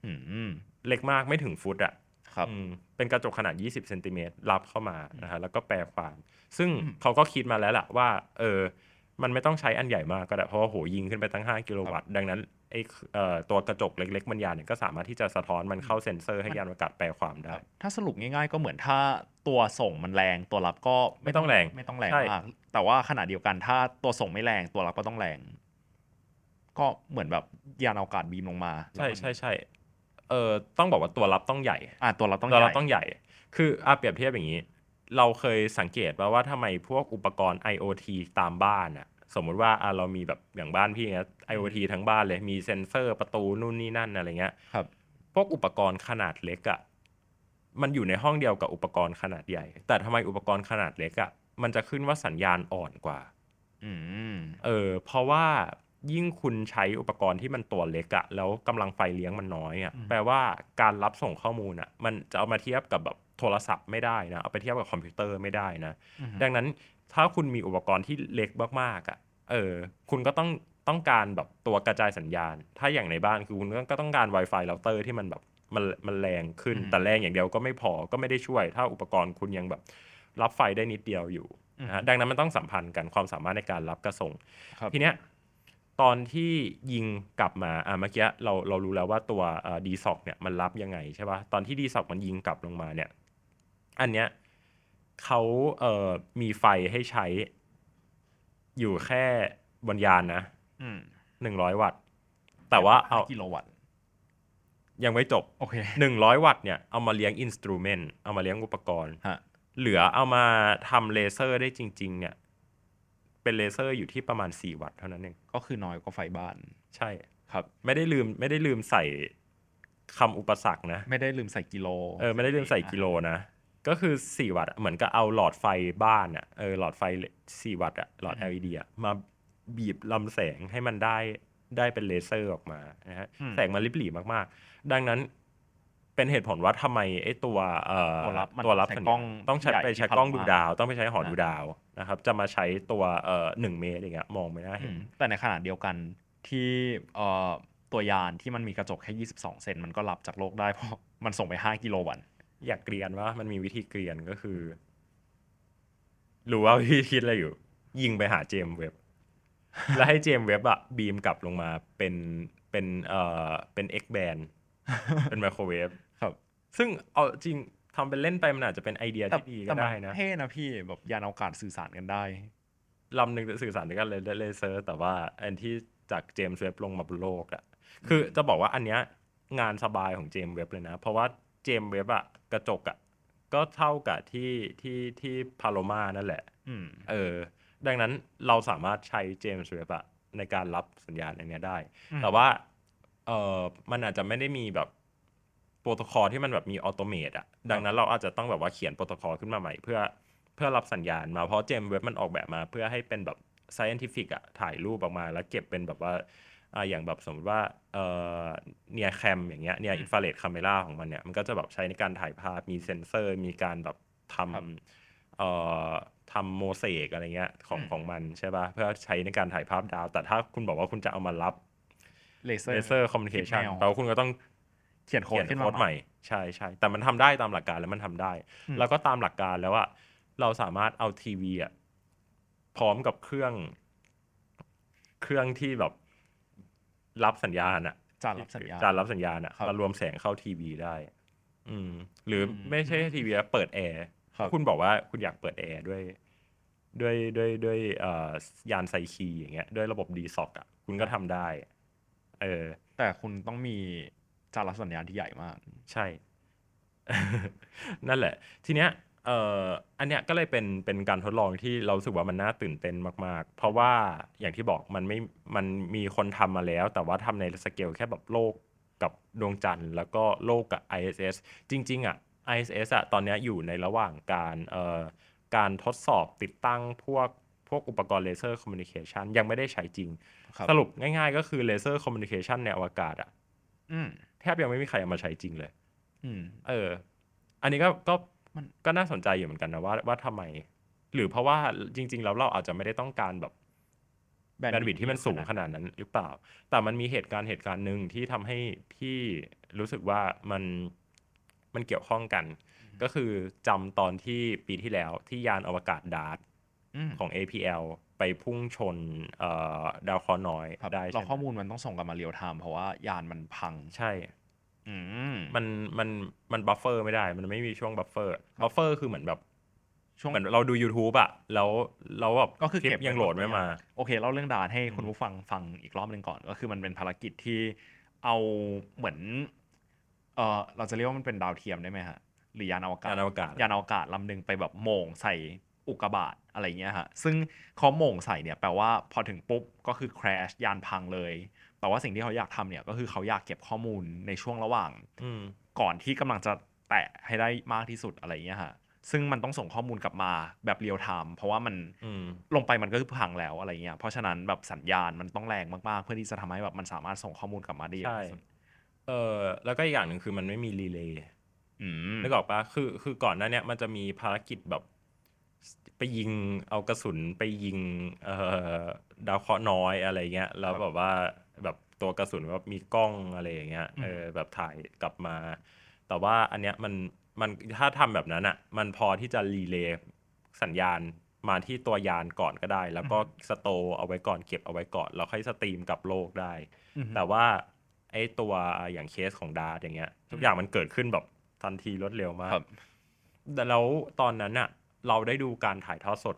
อืม
เล็กมากไม่ถึงฟุตอ่ะ
ครับ
อืมเป็นกระจกขนาด 20เซนติเมตรรับเข้ามานะฮะแล้วก็แปลความ ซึ่งเขาก็คิดมาแล้วล่ะว่า เออ มันไม่ต้องใช้อันใหญ่มากก็ได้ เพราะว่าโหยิงขึ้นไปตั้ง 5 กิโลวัตต์ ดังนั้นไอ้เอ่อตัวกระจกเล็กๆมันยานเนี่ยก็สามารถที่จะสะท้อนมันเข้าเซ็นเซอร์ให้ยานอวกาศแปลความได้
ถ้าสรุปง่ายๆก็เหมือนถ้าตัวส่งมันแรงตัวรับก็
ไม่ต้องแรง
ไม่ต้องแรง
ใช่
มากแต่ว่าขณะเดียวกันถ้าตัวส่งไม่แรงตัวรับก็ต้องแรง ก็เหมือนแบบยานอวกาศบีมลงมา
ใช่
แล้วมัน
ใช่ใช่เออต้องบอกว่าตัวรับต้องใหญ่
อ่ะตัวรับต้อง
ตัว
ให
รับ
ญ่
ต้องใหญ่ คืออาเปรียบเทียบอย่างนี้ เราเคยสังเกตว่าว่าทำไมพวกอุปกรณ์ IoT ตามบ้านอะสมมุติว่าอ่ะเรามีแบบอย่างบ้านพี่เนี้ย IoT ทั้งบ้านเลย มีเซ็นเซอร์ประตูนู่นนี่นั่นอะไรเงี้ย
ครับ
พวกอุปกรณ์ขนาดเล็กอะมันอยู่ในห้องเดียวกับอุปกรณ์ขนาดใหญ่ แต่ทำไมอุปกรณ์ขนาดเล็กอะมันจะขึ้นว่าสัญญาณอ่อนกว่า
อืม
เออ เพราะว่ายิ่งคุณใช้อุปกรณ์ที่มันตัวเล็กอะแล้วกำลังไฟเลี้ยงมันน้อยอะแปลว่าการรับส่งข้อมูลอะมันจะเอามาเทียบกับแบบโทรศัพท์ไม่ได้นะ เอาไปเทียบกับคอมพิวเตอร์ไม่ได้นะ ดังนั้นถ้าคุณมีอุปกรณ์ที่เล็กมากๆอะเออ คุณก็ต้องต้องการแบบตัวกระจายสัญญาณ ถ้าอย่างในบ้านคือคุณก็ก็ต้องการ Wi-Fi เราเตอร์ที่มันแบบมันมันแรงขึ้น แต่แรงอย่างเดียวก็ไม่พอก็ไม่ได้ช่วย ถ้าอุปกรณ์คุณยังแบบรับไฟได้นิดเดียวอยู่นะฮะดังนั้นมันต้องสัมพันธ์กันความสามารถในการรับกระส่ง
ครับ
ทีเนี้ยตอนที่ยิงกลับมาอ่ะเมื่อกี้เราเรารู้แล้วว่าตัวดีซอกเนี่ยมันรับยังไงใช่ปะ่ะตอนที่ดีซอกมันยิงกลับลงมาเนี่ย อันเนี้ยเขาเอ่อมีไฟให้ใช้ อยู่แค่บนยานนะ
อืม
หนึ่งร้อยวัตต์ แต่ว่าเอา
กิโลวัตต์
ยังไม่จบ
โอเค
หนึ่งร้อยวัตต์เนี่ยเอามาเลี้ยงอินสตูเมนต์เอามาเลี้ยงอุปกรณ์
ฮะ
เหลือเอามาทำเลเซอร์ได้จริง ๆ เนี่ย เป็นเลเซอร์อยู่ที่ประมาณสี่วัตต์เท่านั้นเอง
ก็คือน้อยกว่าไฟบ้าน
ใช่
ครับ
ไม่ได้ลืมไม่ได้ลืมใส่คำอุปสรรคนะ
ไม่ได้ลืมใส่กิโล
เออไม่ได้ลืมใส่กิโลนะ ก็คือ 4 วัตต์อะเหมือนกับเอาหลอดไฟบ้านอ่ะเออหลอดไฟ 4 วัตต์อ่ะหลอด LED อ่ะมาบีบลำแสงให้มันได้ได้เป็นเลเซอร์ออกมานะฮะแสงมันริบหรี่มากๆ ดังนั้นเป็นเหตุผลว่าทำไมไอ้ตัวเอ่อ
ตัวรับมัน
ตัวรับสั
ใช้
ญ
กล้
ญา
อง
ณต้องใช้
ใหญ่
ไป
ที่
ใช้
พัด
กล้อง
ลง
ดู
มา
ดาว ต้องไปใช้หอดูดาวนะครับจะมาใช้ตัวเอ่อหนึ่งเมตรอย่างเงี้ยมองไม่น่า
อื
เห็น
มแต่ในขณะเดียวกันที่เอ่อตัวยานที่มันมีกระจกแค่ 22 เซนมันก็รับจากโลกได้ [laughs] เพราะมันส่งไป 5 กิโลวัตต์
อยากเกรียนว่ามันมีวิธีเกรียนก็คือ รู้ว่าพี่คิดอะไรอยู่ ยิงไปหาเจมส์เว็บ แล้วให้เจมส์เว็บอะบีมกลับลงมาเป็นเป็นเอ่อเป็นเอ็กแบน เป็นไมโครเวฟ
ครับ
ซึ่งเอาจริงทำเป็นเล่นไปมันอาจจะเป็นไอเดีย
แต่
ที่ดี
แต่
ก็
มัน
ได้นะ
เท่นะพี่แบบยานอวกาศสื่อสารกันได้
ลำหนึ่งจะสื่อสารด้วยกันเลยเลเซอร์ แต่ว่าอันที่จากเจมส์เว็บลงมาบนโลกอะคือจะบอกว่าอันเนี้ยงานสบายของเจมส์เว็บเลยนะ เพราะว่าเจมส์เว็บอะกระจกอะก็เท่ากับที่ที่ที่พาโลมานั่นแหละ
อืม
เออดังนั้นเราสามารถใช้เจมส์เว็บอะในการรับสัญญาณอันเนี้ยได้
อืม
แต่ว่าเออมันอาจจะไม่ได้มีแบบโปรโตคอลที่มันแบบมีออโตเมตอะดังนั้นเราอาจจะต้องแบบว่าเขียนโปรโตคอลขึ้นมาใหม่ เพื่อเพื่อรับสัญญาณมาเพราะเจมส์เว็บมันออกแบบมา เพื่อให้เป็นแบบ scientific อะถ่ายรูปออกมา แล้วเก็บเป็นแบบว่าอ่าอย่างแบบสมมติว่าเออเนียแคมอย่างเงี้ยเนียอินฟราเรดคาเมราของมันเนี่ยมันก็จะแบบใช้ในการถ่ายภาพมีเซนเซอร์มีการแบบท
ครับ
ำเอ่อ ทำโมเสกอะไรเงี้ยของ
อืม
ของมันใช่ป่ะเพื่อใช้ในการถ่ายภาพดาว แต่ถ้าคุณบอกว่าคุณจะเอามารับ
เลเซอ
เล
ร์
เซอร์คอมมิวนิเคชัน
แมว
แปลว่าคุณก็ต้อง
เขียนโค้
เขี
ด
ยน
ขึ้นมา
โค้ดใหม่ใช่ใช่แต่มันทำได้ตามหลักการแล้วมันทำได้ แล้วก็ตามหลักการแล้วว่าเราสามารถเอาทีวีอ่ะพร้อมกับเครื่อง เครื่องที่แบบรับสัญญาณอ่ะ
จานรับสัญญาณ
จานรับสัญญาณอ่ะ
ครับ
มารวมแสงเข้าทีวีได้ อืม หรืออ
ม
ไม่ใช่ทีวีอะเปิดแอร์
ครับ
คุณบอกว่าคุณอยากเปิดแอร์ด้วย ด้วยด้วยด้วยเอ่อยานไซคีอย่างเงี้ยด้วยระบบดีซ็อกอ่ะ คุณก็ทำได้ เออ
แต่คุณต้องมีจานรับสัญญาณที่ใหญ่มาก
ใช่ [laughs] นั่นแหละ ทีเนี้ยเอ่ออันเนี้ยก็เลยเป็นเป็นการทดลองที่เรารู้สึกว่ามันน่าตื่นเต้นมาก ๆ เพราะว่าอย่างที่บอกมันไม่มันมีคนทำมาแล้ว แต่ว่าทำในสเกลแค่แบบโลกกับดวงจันทร์ แล้วก็โลกกับ ISS จริง ๆ อ่ะ ISS อ่ะตอนเนี้ยอยู่ในระหว่างการเอ่อการทดสอบติดตั้งพวกพวกอุปกรณ์เลเซอร์คอมมิวนิเคชันยังไม่ได้ใช้จริง
ครับ
สรุปง่าย ๆ ก็คือเลเซอร์คอมมิวนิเคชันในอวกาศอ่ะ
อืม
แทบยังไม่มีใครเอามาใช้จริงเลย
อืม
เออ อันนี้ก็ก็
มัน
ก็น่าสนใจอยู่เหมือนกันนะว่าว่าทำไม หรือเพราะว่าจริง ๆ แล้วเราอาจจะไม่ได้ต้องการแบบแบนด์วิดที่มันสูงขนาดนั้นหรือเปล่า แต่มันมีเหตุการณ์เหตุการณ์หนึ่งที่ทำให้พี่รู้สึกว่ามันมันเกี่ยวข้องกัน ก็คือจำตอนที่ปีที่แล้วที่ยานอวกาศดาร์ต
อืม
ของ APL ไปพุ่งชนเอ่อดาวเคราะห์น้อย
ครับ
ได้
เรา
ใช่ไหม
ข้อมูลมันต้องส่งกลับมาเรียลไทม์เพราะว่ายานมันพัง
ใช่
อืม
มันมันมันบัฟเฟอร์ไม่ได้ มันไม่มีช่วงบัฟเฟอร์บัฟเฟอร์คือเหมือนแบบ
ช่วง
เหมือนเราดู YouTube อะแล้วเราแบบ
ก็คือ
ลิป
เก็บ
ยังโหลดไม่มา
โอเคเล่าเรื่องดานให้คุณผู้ฟังฟังอีกรอบหนึ่งก่อน ก็คือมันเป็นภารกิจที่เอาเหมือนเออเราจะเรียกว่ามันเป็นดาวเทียมได้ไหมฮะ หรือยานอวกาศ
ยานอวกาศ
ยานอวกาศลำหนึ่งไปแบบโหมงใส่อุกกาบาตอะไรเงี้ยฮะซึ่งเขาโหมงใส่เนี่ยแปลว่าพอถึงปุ๊บก็คือ crash ยานพังเลย แต่ว่าสิ่งที่เขาอยากทำเนี่ยก็คือเขาอยากเก็บข้อมูลในช่วงระหว่าง
อืม
ก่อนที่กำลังจะแตะให้ได้มากที่สุดอะไรเงี้ยฮะซึ่งมันต้องส่งข้อมูลกลับมาแบบเรียลไทม์เพราะว่ามัน
อืม
ลงไปมันก็คือพังแล้วอะไรเงี้ย เพราะฉะนั้นแบบสัญญาณมันต้องแรงมาก ๆ เพื่อที่จะทำให้แบบมันสามารถส่งข้อมูลกลับมาได้เยอะ
ใช่
ที่สุด
เออแล้วก็อีกอย่างหนึ่งคือมันไม่มีรีเลย์
อืม
นึกออกปะคือ คือก่อนหน้าเนี้ยมันจะมีภารกิจแบบไปยิงเอากระสุนไปยิงเอ่อดาวเคราะห์น้อยอะไรเงี้ย แล้วแบบว่าแบบตัวกระสุนแบบมีกล้องอะไรอย่างเงี้ย เออแบบถ่ายกลับมา แต่ว่าอันเนี้ยมันมันถ้าทำแบบนั้นอะมันพอที่จะรีเลย์สัญญาณมาที่ตัวยานก่อนก็ได้ แล้วก็สโตร์เอาไว้ก่อนเก็บเอาไว้ก่อนแล้วค่อยสตรีมกลับโลกได้ แต่ว่าไอ้ตัวอย่างเคสของดาร์ตอย่างเงี้ย ทุกอย่างมันเกิดขึ้นแบบทันทีรวดเร็วมาก
ครับ
แต่แล้วตอนนั้นน่ะ เราได้ดูการถ่ายทอดสด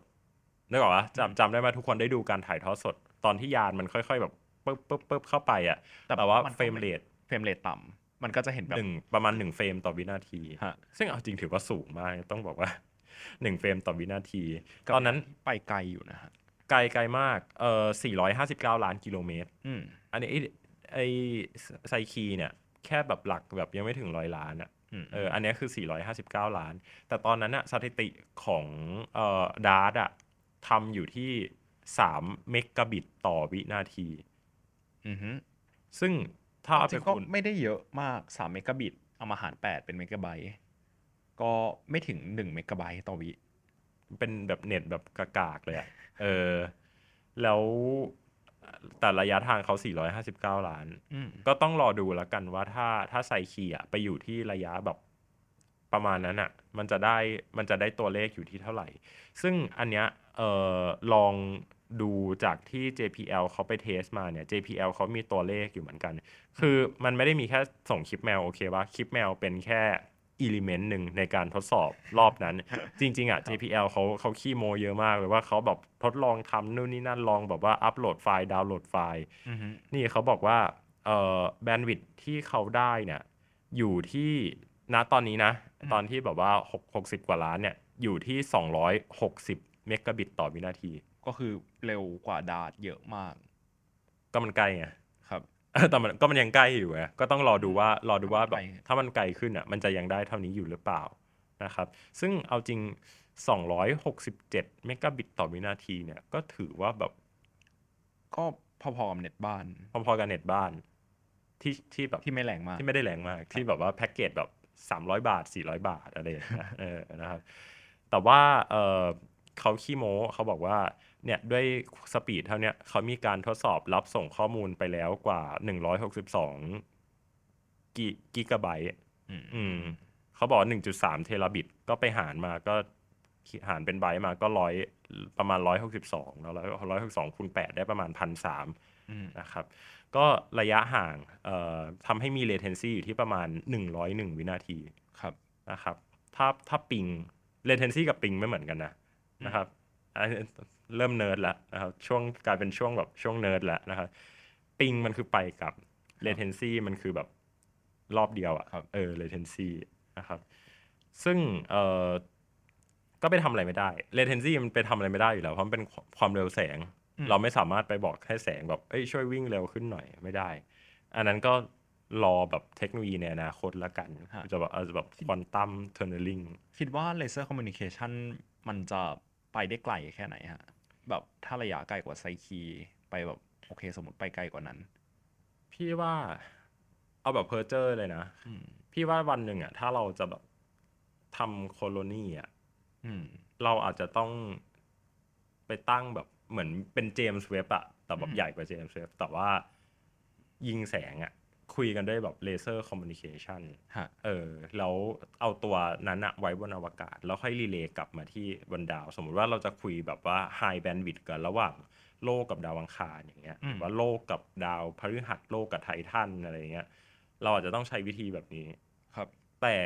นึกออกปะจำจำได้ไหมทุกคนได้ดูการถ่ายทอดสด ตอนที่ยานมันค่อย ๆ แบบปึ๊บปึ๊บปึ๊บเข้าไปอ่ะ
แต่
แต่ว่า
มันก็
เฟรม
ไม่
เรท
เฟรมเรทต่ำมันก็จะเห็นแบบ
หนึ่งประมาณหนึ่งเฟรมต่อวินาที
ฮะ
ซึ่งเอาจริงถือว่าสูงมาก ต้องบอกว่า หนึ่งเฟรมต่อวินาที ตอนนั้น
ไปไกลอยู่นะฮะ
ไกลไกลมากเอ่อ459 ล้านกิโลเมตร
อืม
อันนี้ไอ้ไอไซคีเนี่ย แค่แบบหลักแบบยังไม่ถึงร้อยล้านอะ
อืม
เอออันเนี้ยคือ 459 ล้าน แต่ตอนนั้นอะสถิติของเอ่อดาร์ตอะทำอยู่ที่ 3 เมกะบิตต่อวินาที
อือฮึ
ซึ่งถ้าเอา
จ
ไป
ริงๆก็
คูณ
ไม่ได้เยอะมาก3เมกะบิตเอามาหาร 8 เป็นเมกะไบต์ก็ไม่ถึง1เมกะไบต์ต่อวิ
เป็นแบบเน็ตแบบกากๆเลยอะเออ แล้วแต่ระยะทางเขา 459 ล้าน
อืม
ก็ต้องรอดูแล้วกันว่าถ้าถ้าไซคีอะไปอยู่ที่ระยะแบบประมาณนั้นอะมันจะได้มันจะได้ตัวเลขอยู่ที่เท่าไหร่ ซึ่งอันเนี้ยเอ่อลองดูจากที่ JPL เขาไปเทสมาเนี่ย JPL เขามีตัวเลขอยู่เหมือนกัน คือมันไม่ได้มีแค่ส่งคลิปแมวโอเคว่าคลิปแมวเป็นแค่อิเลเมนต์หนึ่งในการทดสอบรอบนั้น จริง ๆอ่ะ JPL เขาเขาขี้โมเยอะมากเลยว่าเขาแบบทดลองทำนู่นนี่นั่นลองแบบว่าอัปโหลดไฟล์ดาวน์โหลดไฟล์
อือฮึ
นี่เขาบอกว่าเอ่อแบนด์วิดที่เขาได้เนี่ยอยู่ที่ณตอนนี้นะ ตอนที่แบบว่า6 60 กว่าล้านเนี่ยอยู่ที่ 260 เมกะบิตต่อวินาที
ก็คือเร็วกว่าดาดเยอะมาก
ก็มันใกล้ไง
ครับ
[laughs] แต่มันก็มันยังใกล้อยู่ไงก็ต้องรอดูว่ารอดูว่าแบบ
ไป
ถ้ามันไกลขึ้นอ่ะมันจะยังได้เท่านี้อยู่หรือเปล่านะครับ ซึ่งเอาจริง 267 เมกะบิตต่อวินาทีเนี่ยก็ถือว่าแบบ
ก็พอๆกับเน็ตบ้าน
พอๆกับเน็ตบ้านที่ที่แบบ
ที่ไม่แรงมาก
ที่ไม่ได้แรงมาก ที่แบบว่าแพ็กเกจ [laughs] แบบ 300 บาท 400 บาทอะไรอย่างเงี้ย เออนะครับแต่ว่าเออ เขาขี้โม้เขาบอกว่าเนี่ยด้วยสปีดเท่าเนี้ยเขามีการทดสอบรับส่งข้อมูลไปแล้วกว่า 162กิกิกะไบต์
อืม
อืมเขาบอกหนึ่งจุดสามเทราบิตก็ไปหารมาก็หารเป็นไบต์มาก็ร้อยประมาณร้อยหกสิบสองแล้วร้อยหกสองคูณแปดได้ประมาณพันสาม
อืม
นะครับ ก็ระยะห่างเอ่อทำให้มี latency อยู่ที่ประมาณ 101 วินาที
ครับ
นะครับถ้าถ้าปิง latency กับปิงไม่เหมือนกันนะ
อืม
นะครับอันนี้เริ่มเนิร์ดละนะครับช่วงกลายเป็นช่วงแบบช่วงเนิร์ดละนะครับปิงมันคือไปกลับ latency มันคือแบบรอบเดียว
ครั
อะ่ะ
บ
เออ latency นะครับ ซึ่งเออก็ไปทำอะไรไม่ได้ latency มันไปทำอะไรไม่ได้อยู่แล้ว เพราะมันเป็นความเร็วแสง
อืม
เราไม่สามารถไปบอกให้แสงแบบเอ้ยช่วยวิ่งเร็วขึ้นหน่อยไม่ได้ อันนั้นก็รอแบบเทคโนโลยีในอนาคตละกัน
ฮะ
จะแบบเอาจจะแบบควอนตัมเทอร์เนลิง
คิดว่าเลเซอร์คอมมิวนิเคชันมันจะไปได้ไกลแค่ไหนฮะ แบบถ้าระยะไกลกว่าไซคีไปแบบโอเคสมมติไปไกลกว่านั้น
พี่ว่าเอาแบบเพอร์เจอร์เลยนะ
อืม
พี่ว่าวันหนึ่งอะถ้าเราจะแบบทำโคโลนีอะ
อืม
เราอาจจะต้องไปตั้งแบบเหมือนเป็นเจมส์เว็บอะแต่แบ
อื
บ
ม
ใหญ่กว่าเจมส์เว็บแต่ว่ายิงแสงอะคุยกันด้วยแบบเลเซอร์คอมมิวนิเคชัน
ฮะ
เออแล้วเอาตัวนั้นอะไว้บนอวกาศ แล้วค่อยรีเลย์กลับมาที่บนดาว สมมุติว่าเราจะคุยแบบว่าไฮแบนด์วิดกันระหว่างโลกกับดาวอังคารอย่างเงี้ย
อืม
หรือว่าโลกกับดาวพฤหัสโลกกับไททันอะไรอย่างเงี้ยเราอาจจะต้องใช้วิธีแบบนี้
ครับ
แต่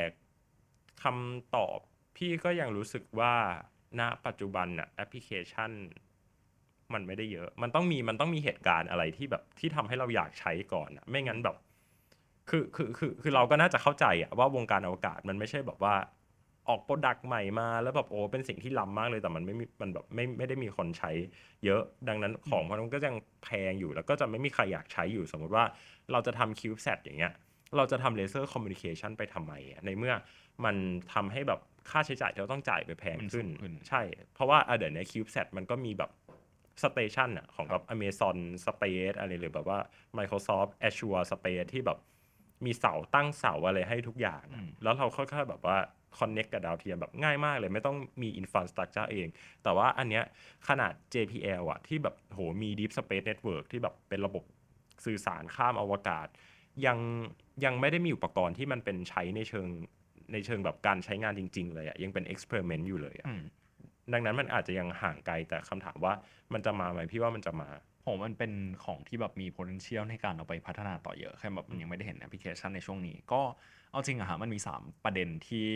คำตอบพี่ก็ยังรู้สึกว่าณปัจจุบันน่ะแอปพลิเคชัน มันไม่ได้เยอะ มันต้องมีมันต้องมีเหตุการณ์อะไรที่แบบที่ทำให้เราอยากใช้ก่อนน่ะไม่งั้นแบบ คือคือคือคือเราก็น่าจะเข้าใจอะว่าวงการอวกาศมันไม่ใช่แบบว่าออกโปรดักต์ใหม่มา แล้วแบบโอ้เป็นสิ่งที่ล้ำมากเลยแต่มันไม่มีมันแบบไม่ไม่ได้มีคนใช้เยอะดังนั้นของพวกนั้นก็ยังแพงอยู่แล้วก็จะไม่มีใครอยากใช้อยู่สมมติว่าเราจะทำคิวแซดอย่างเงี้ย เราจะทำเลเซอร์คอมมิวนิเคชันไปทำไมอะในเมื่อมันทำให้แบบค่าใช้จ่ายที่เราต้องจ่ายไปแพง
มันสู
ขึ้น
งขึ้น
ใช่ เพราะว่าอ่ะเดี๋ยวนี้คิวแซดมันก็มีแบบสเตชันอะของแบบ Amazon Space อะไรหรือแบบว่า Microsoft Azure Space ที่แบบมีเสาตั้งเสาอะไรให้ทุกอย่างอะ
อืม
แล้วเราค่อยๆแบบว่า Connect กับดาวเทียมแบบง่ายมากเลย ไม่ต้องมี Infrastructure เอง แต่ว่าอันเนี้ยขนาด JPL อะที่แบบโหมี Deep Space Network ที่แบบเป็นระบบสื่อสารข้ามอวกาศ ยังยังไม่ได้มีอุปกรณ์ที่มันเป็นใช้ในเชิงในเชิงแบบการใช้งานจริง ๆ เลยอะยังเป็น experiment อยู่เลยอะ
อืม
ดังนั้นมันอาจจะยังห่างไกลแต่คำถามว่ามันจะมาไหมพี่ว่ามันจะมา
ผมมันเป็นของที่แบบมี potential ในการเอาไปพัฒนาต่อเยอะ แค่แบบมันยังไม่ได้เห็นแอปพลิเคชันในช่วงนี้ ก็เอาจริงอะฮะมันมี 3 ประเด็นที่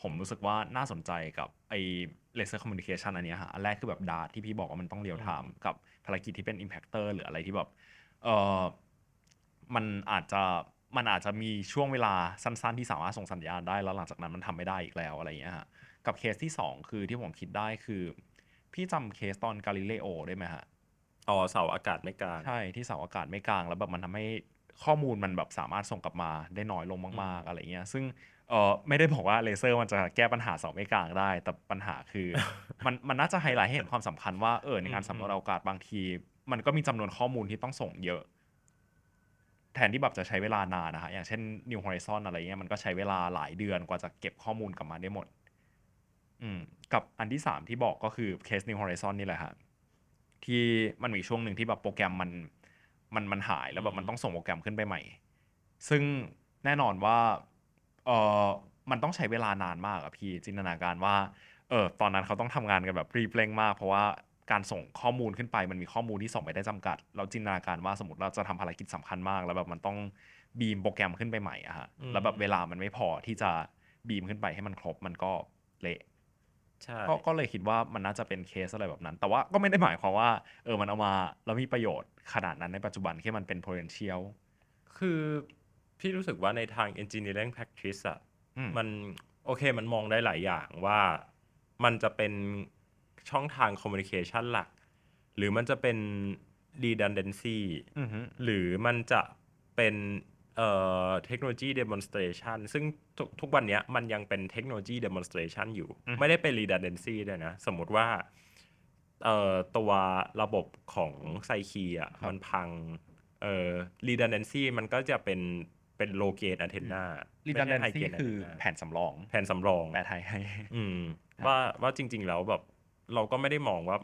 ผมรู้สึกว่าน่าสนใจกับไอ้ laser communication อันเนี้ยฮะอันแรกคือแบบดาที่พี่บอกว่ามันต้องเรียลไทม์กับภารกิจที่เป็น impactor หรืออะไรที่แบบเออมันอาจจะมันอาจจะมีช่วงเวลาสั้นๆ ที่สามารถส่งสัญญาณได้แล้วหลังจากนั้นมันทำไม่ได้อีกแล้วอะไรอย่างเงี้ยฮะ กับเคสที่สองคือที่ผมคิดได้คือ พี่จำเคสตอนกาลิเลโอได้ไหมฮะ
อ๋อเสาอากาศไม่กลาง
ใช่ที่เสาอากาศไม่กลางแล้วแบบมันทำให้ข้อมูลมันแบบสามารถส่งกลับมาได้น้อยลงมากๆอะไรเงี้ยซึ่งเออไม่ได้บอกว่าเลเซอร์มันจะแก้ปัญหาเสาไม่กลางได้ แต่ปัญหาคือ [laughs] มันมันน่าจะไฮไลท์ให้เห็นความสำคัญว่าเออในการสำรวจอวกาศบางที มันก็มีจำนวนข้อมูลที่ต้องส่งเยอะ แทนที่แบบจะใช้เวลานานนะฮะอย่างเช่น New Horizon อะไรเงี้ยมันก็ใช้เวลาหลายเดือนกว่าจะเก็บข้อมูลกลับมาได้หมด อืมกับอันที่สามที่บอกก็คือเคส New Horizon นี่แหละฮะที่มันมีช่วงหนึ่งที่แบบโปรแกรมมันมันมันหายแล้วแบบมันต้องส่งโปรแกรมขึ้นไปใหม่ ซึ่งแน่นอนว่าเออมันต้องใช้เวลานานมากอะพี่จินตนาการว่าเออตอนนั้นเขาต้องทำงานกันแบบรีบเร่งมาก เพราะว่าการส่งข้อมูลขึ้นไปมันมีข้อมูลที่ส่งไปได้จำกัด เราจินตนาการว่าสมมติเราจะทำภารกิจสำคัญมาก แล้วแบบมันต้องบีมโปรแกรมขึ้นไปใหม่อะฮะแล้วแบบเวลามันไม่พอที่จะบีมขึ้นไปให้มันครบมันก็เละ
ใช่
ก็ก็เลยคิดว่ามันน่าจะเป็นเคสอะไรแบบนั้น แต่ว่าก็ไม่ได้หมายความว่าเออมันเอามาแล้วมีประโยชน์ขนาดนั้นในปัจจุบันแค่มันเป็น potential
คือพี่รู้สึกว่าในทาง engineering practice อะ
อืม
มันโอเคมันมองได้หลายอย่างว่ามันจะเป็นช่องทาง communication หลัก หรือมันจะเป็น redundancy
อือฮึ
หรือมันจะเป็นเอ่อเทคโนโลยี demonstration ซึ่งทุกทุกวันเนี้ยมันยังเป็นเทคโนโลยี demonstration อยู่ ไม่ได้เป็น redundancy ด้วยนะ สมมติว่าเอ่อตัวระบบของไซคีอ่ะมันพังเอ่อ redundancy มันก็จะเป็นเป็นโลเกตอันเทนนา
รีดันแดนซี่คือแผนสำรอง
แผนสำรอง
แปลไทยให้
อืมว่าว่าจริง ๆ แล้วแบบ เราก็ไม่ได้มองว่า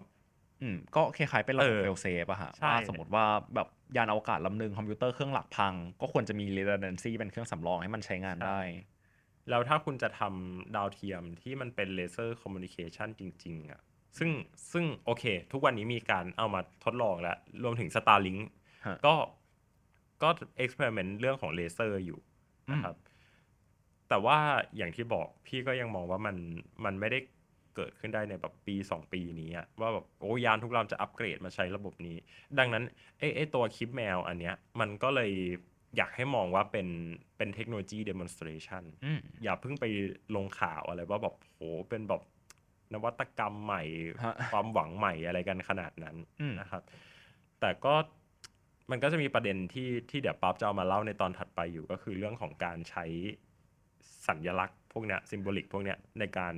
อืมก็คล้ายๆเป็นระบบ
เออ
เฟลเซฟอะฮะ
ใช่
ว่าสมมติว่าแบบยานอวกาศลำหนึงคอมพิวเตอร์เครื่องหลักพัง ก็ควรจะมี redundancy เป็นเครื่องสำรองให้มันใช้งานได้
แล้วถ้าคุณจะทำดาวเทียมที่มันเป็นเลเซอร์คอมมูนิเคชันจริง ๆอะซึ่งซึ่งโอเค ทุกวันนี้มีการเอามาทดลองแล้ว รวมถึง Starlink
ฮะ
ก็ก็เอ็กซ์เพร์เมนต์เรื่องของเลเซอร์อยู่นะครับ แต่ว่าอย่างที่บอกพี่ก็ยังมองว่ามันมันไม่ได้เกิดขึ้นได้ในแบบปี 2 ปีนี้อะว่าแบบโอ้ยานทุกลำจะอัปเกรดมาใช้ระบบนี้ ดังนั้นไอ้ไอ้ตัวคลิปแมวอันเนี้ยมันก็เลยอยากให้มองว่าเป็นเป็นเทคโนโลยี demonstration
อืม
อย่าเพิ่งไปลงข่าวอะไรว่าแบบโหเป็นแบบนวัตกรรมใหม่
ฮะ
ความหวังใหม่อะไรกันขนาดนั้น
อืม
นะครับ แต่ก็มันก็จะมีประเด็นที่ที่เดี๋ยวป๊าบจะเอามาเล่าในตอนถัดไปอยู่ก็คือเรื่องของการใช้สัญลักษณ์พวกเนี้ยซิมโบลิกพวกเนี้ยในการ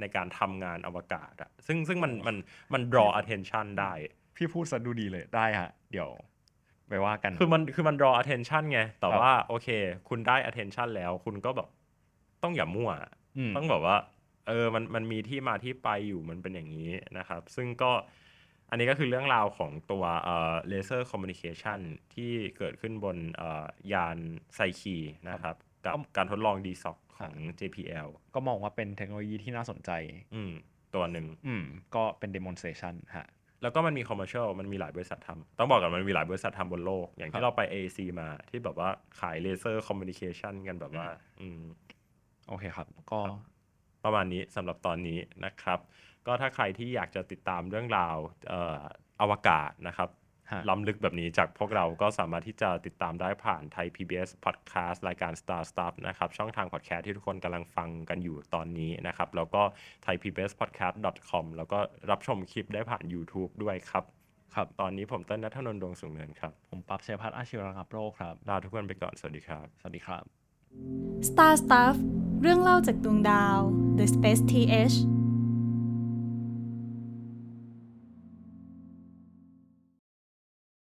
ในการทำงานอวกาศอะซึ่งซึ่งมันมันมัน draw attention ได้
พี่พูดซะดูดีเลยได้ฮะ เดี๋ยวไปว่ากัน
คือมันคือมัน draw attention ไง แต่
ครับ
ว่าโอเค คุณได้ attention แล้วคุณก็แบบต้องอย่ามั่ว
ม
ต้องแบบว่า เออ มัน มันมีที่มาที่ไปอยู่ มันเป็นอย่างนี้นะครับ ซึ่งก็ อันนี้ก็คือเรื่องราวของตัวเอ่อเลเซอร์คอมมิวนิเคชันที่เกิดขึ้นบนเอ่อยานไซคีนะครับ กับการทดลอง d s o c ของ JPL
ก็มองว่าเป็นเทคโนโลยีที่น่าสนใจ
อืม ตัวหนึ่ง
อืม ก็เป็น demonstration ฮะ
แล้วก็มันมีคอมเมอร์เชลมันมีหลายบริษัททำต้องบอกก่อนมันมีหลายบริษัททำบนโลก อย่าง
ครั
ที่
บ
เราไป AAC มาที่แบบว่าขายเลเซอร์คอมมิวนิเคชันกันแบบว่า อืม
โอเคครับ ก็
ประมาณนี้สำหรับตอนนี้นะครับ ก็ถ้าใครที่อยากจะติดตามเรื่องราวเอ่ออวกาศนะครับ
ฮะ
ล้ำลึกแบบนี้จากพวกเราก็สามารถที่จะติดตามได้ผ่านไทย PBS Podcast รายการ Star Stuff นะครับ ช่องทาง podcast ที่ทุกคนกำลังฟังกันอยู่ตอนนี้นะครับ แล้วก็ thaipbspodcast.com แล้วก็รับชมคลิปได้ผ่าน YouTube ด้วยครับ
ครับ
ตอนนี้ผมเต้นนัทนนท์ดวงสูงเนินครับ
ผมปั๊บเชยพัฒน์อาชีวรังกับโรคครับ
ลาทุกคนไปก่อนสวัสดีครับ
สวัสดีครับ
Star Stuff เรื่องเล่าจากดวงดาว The Space TH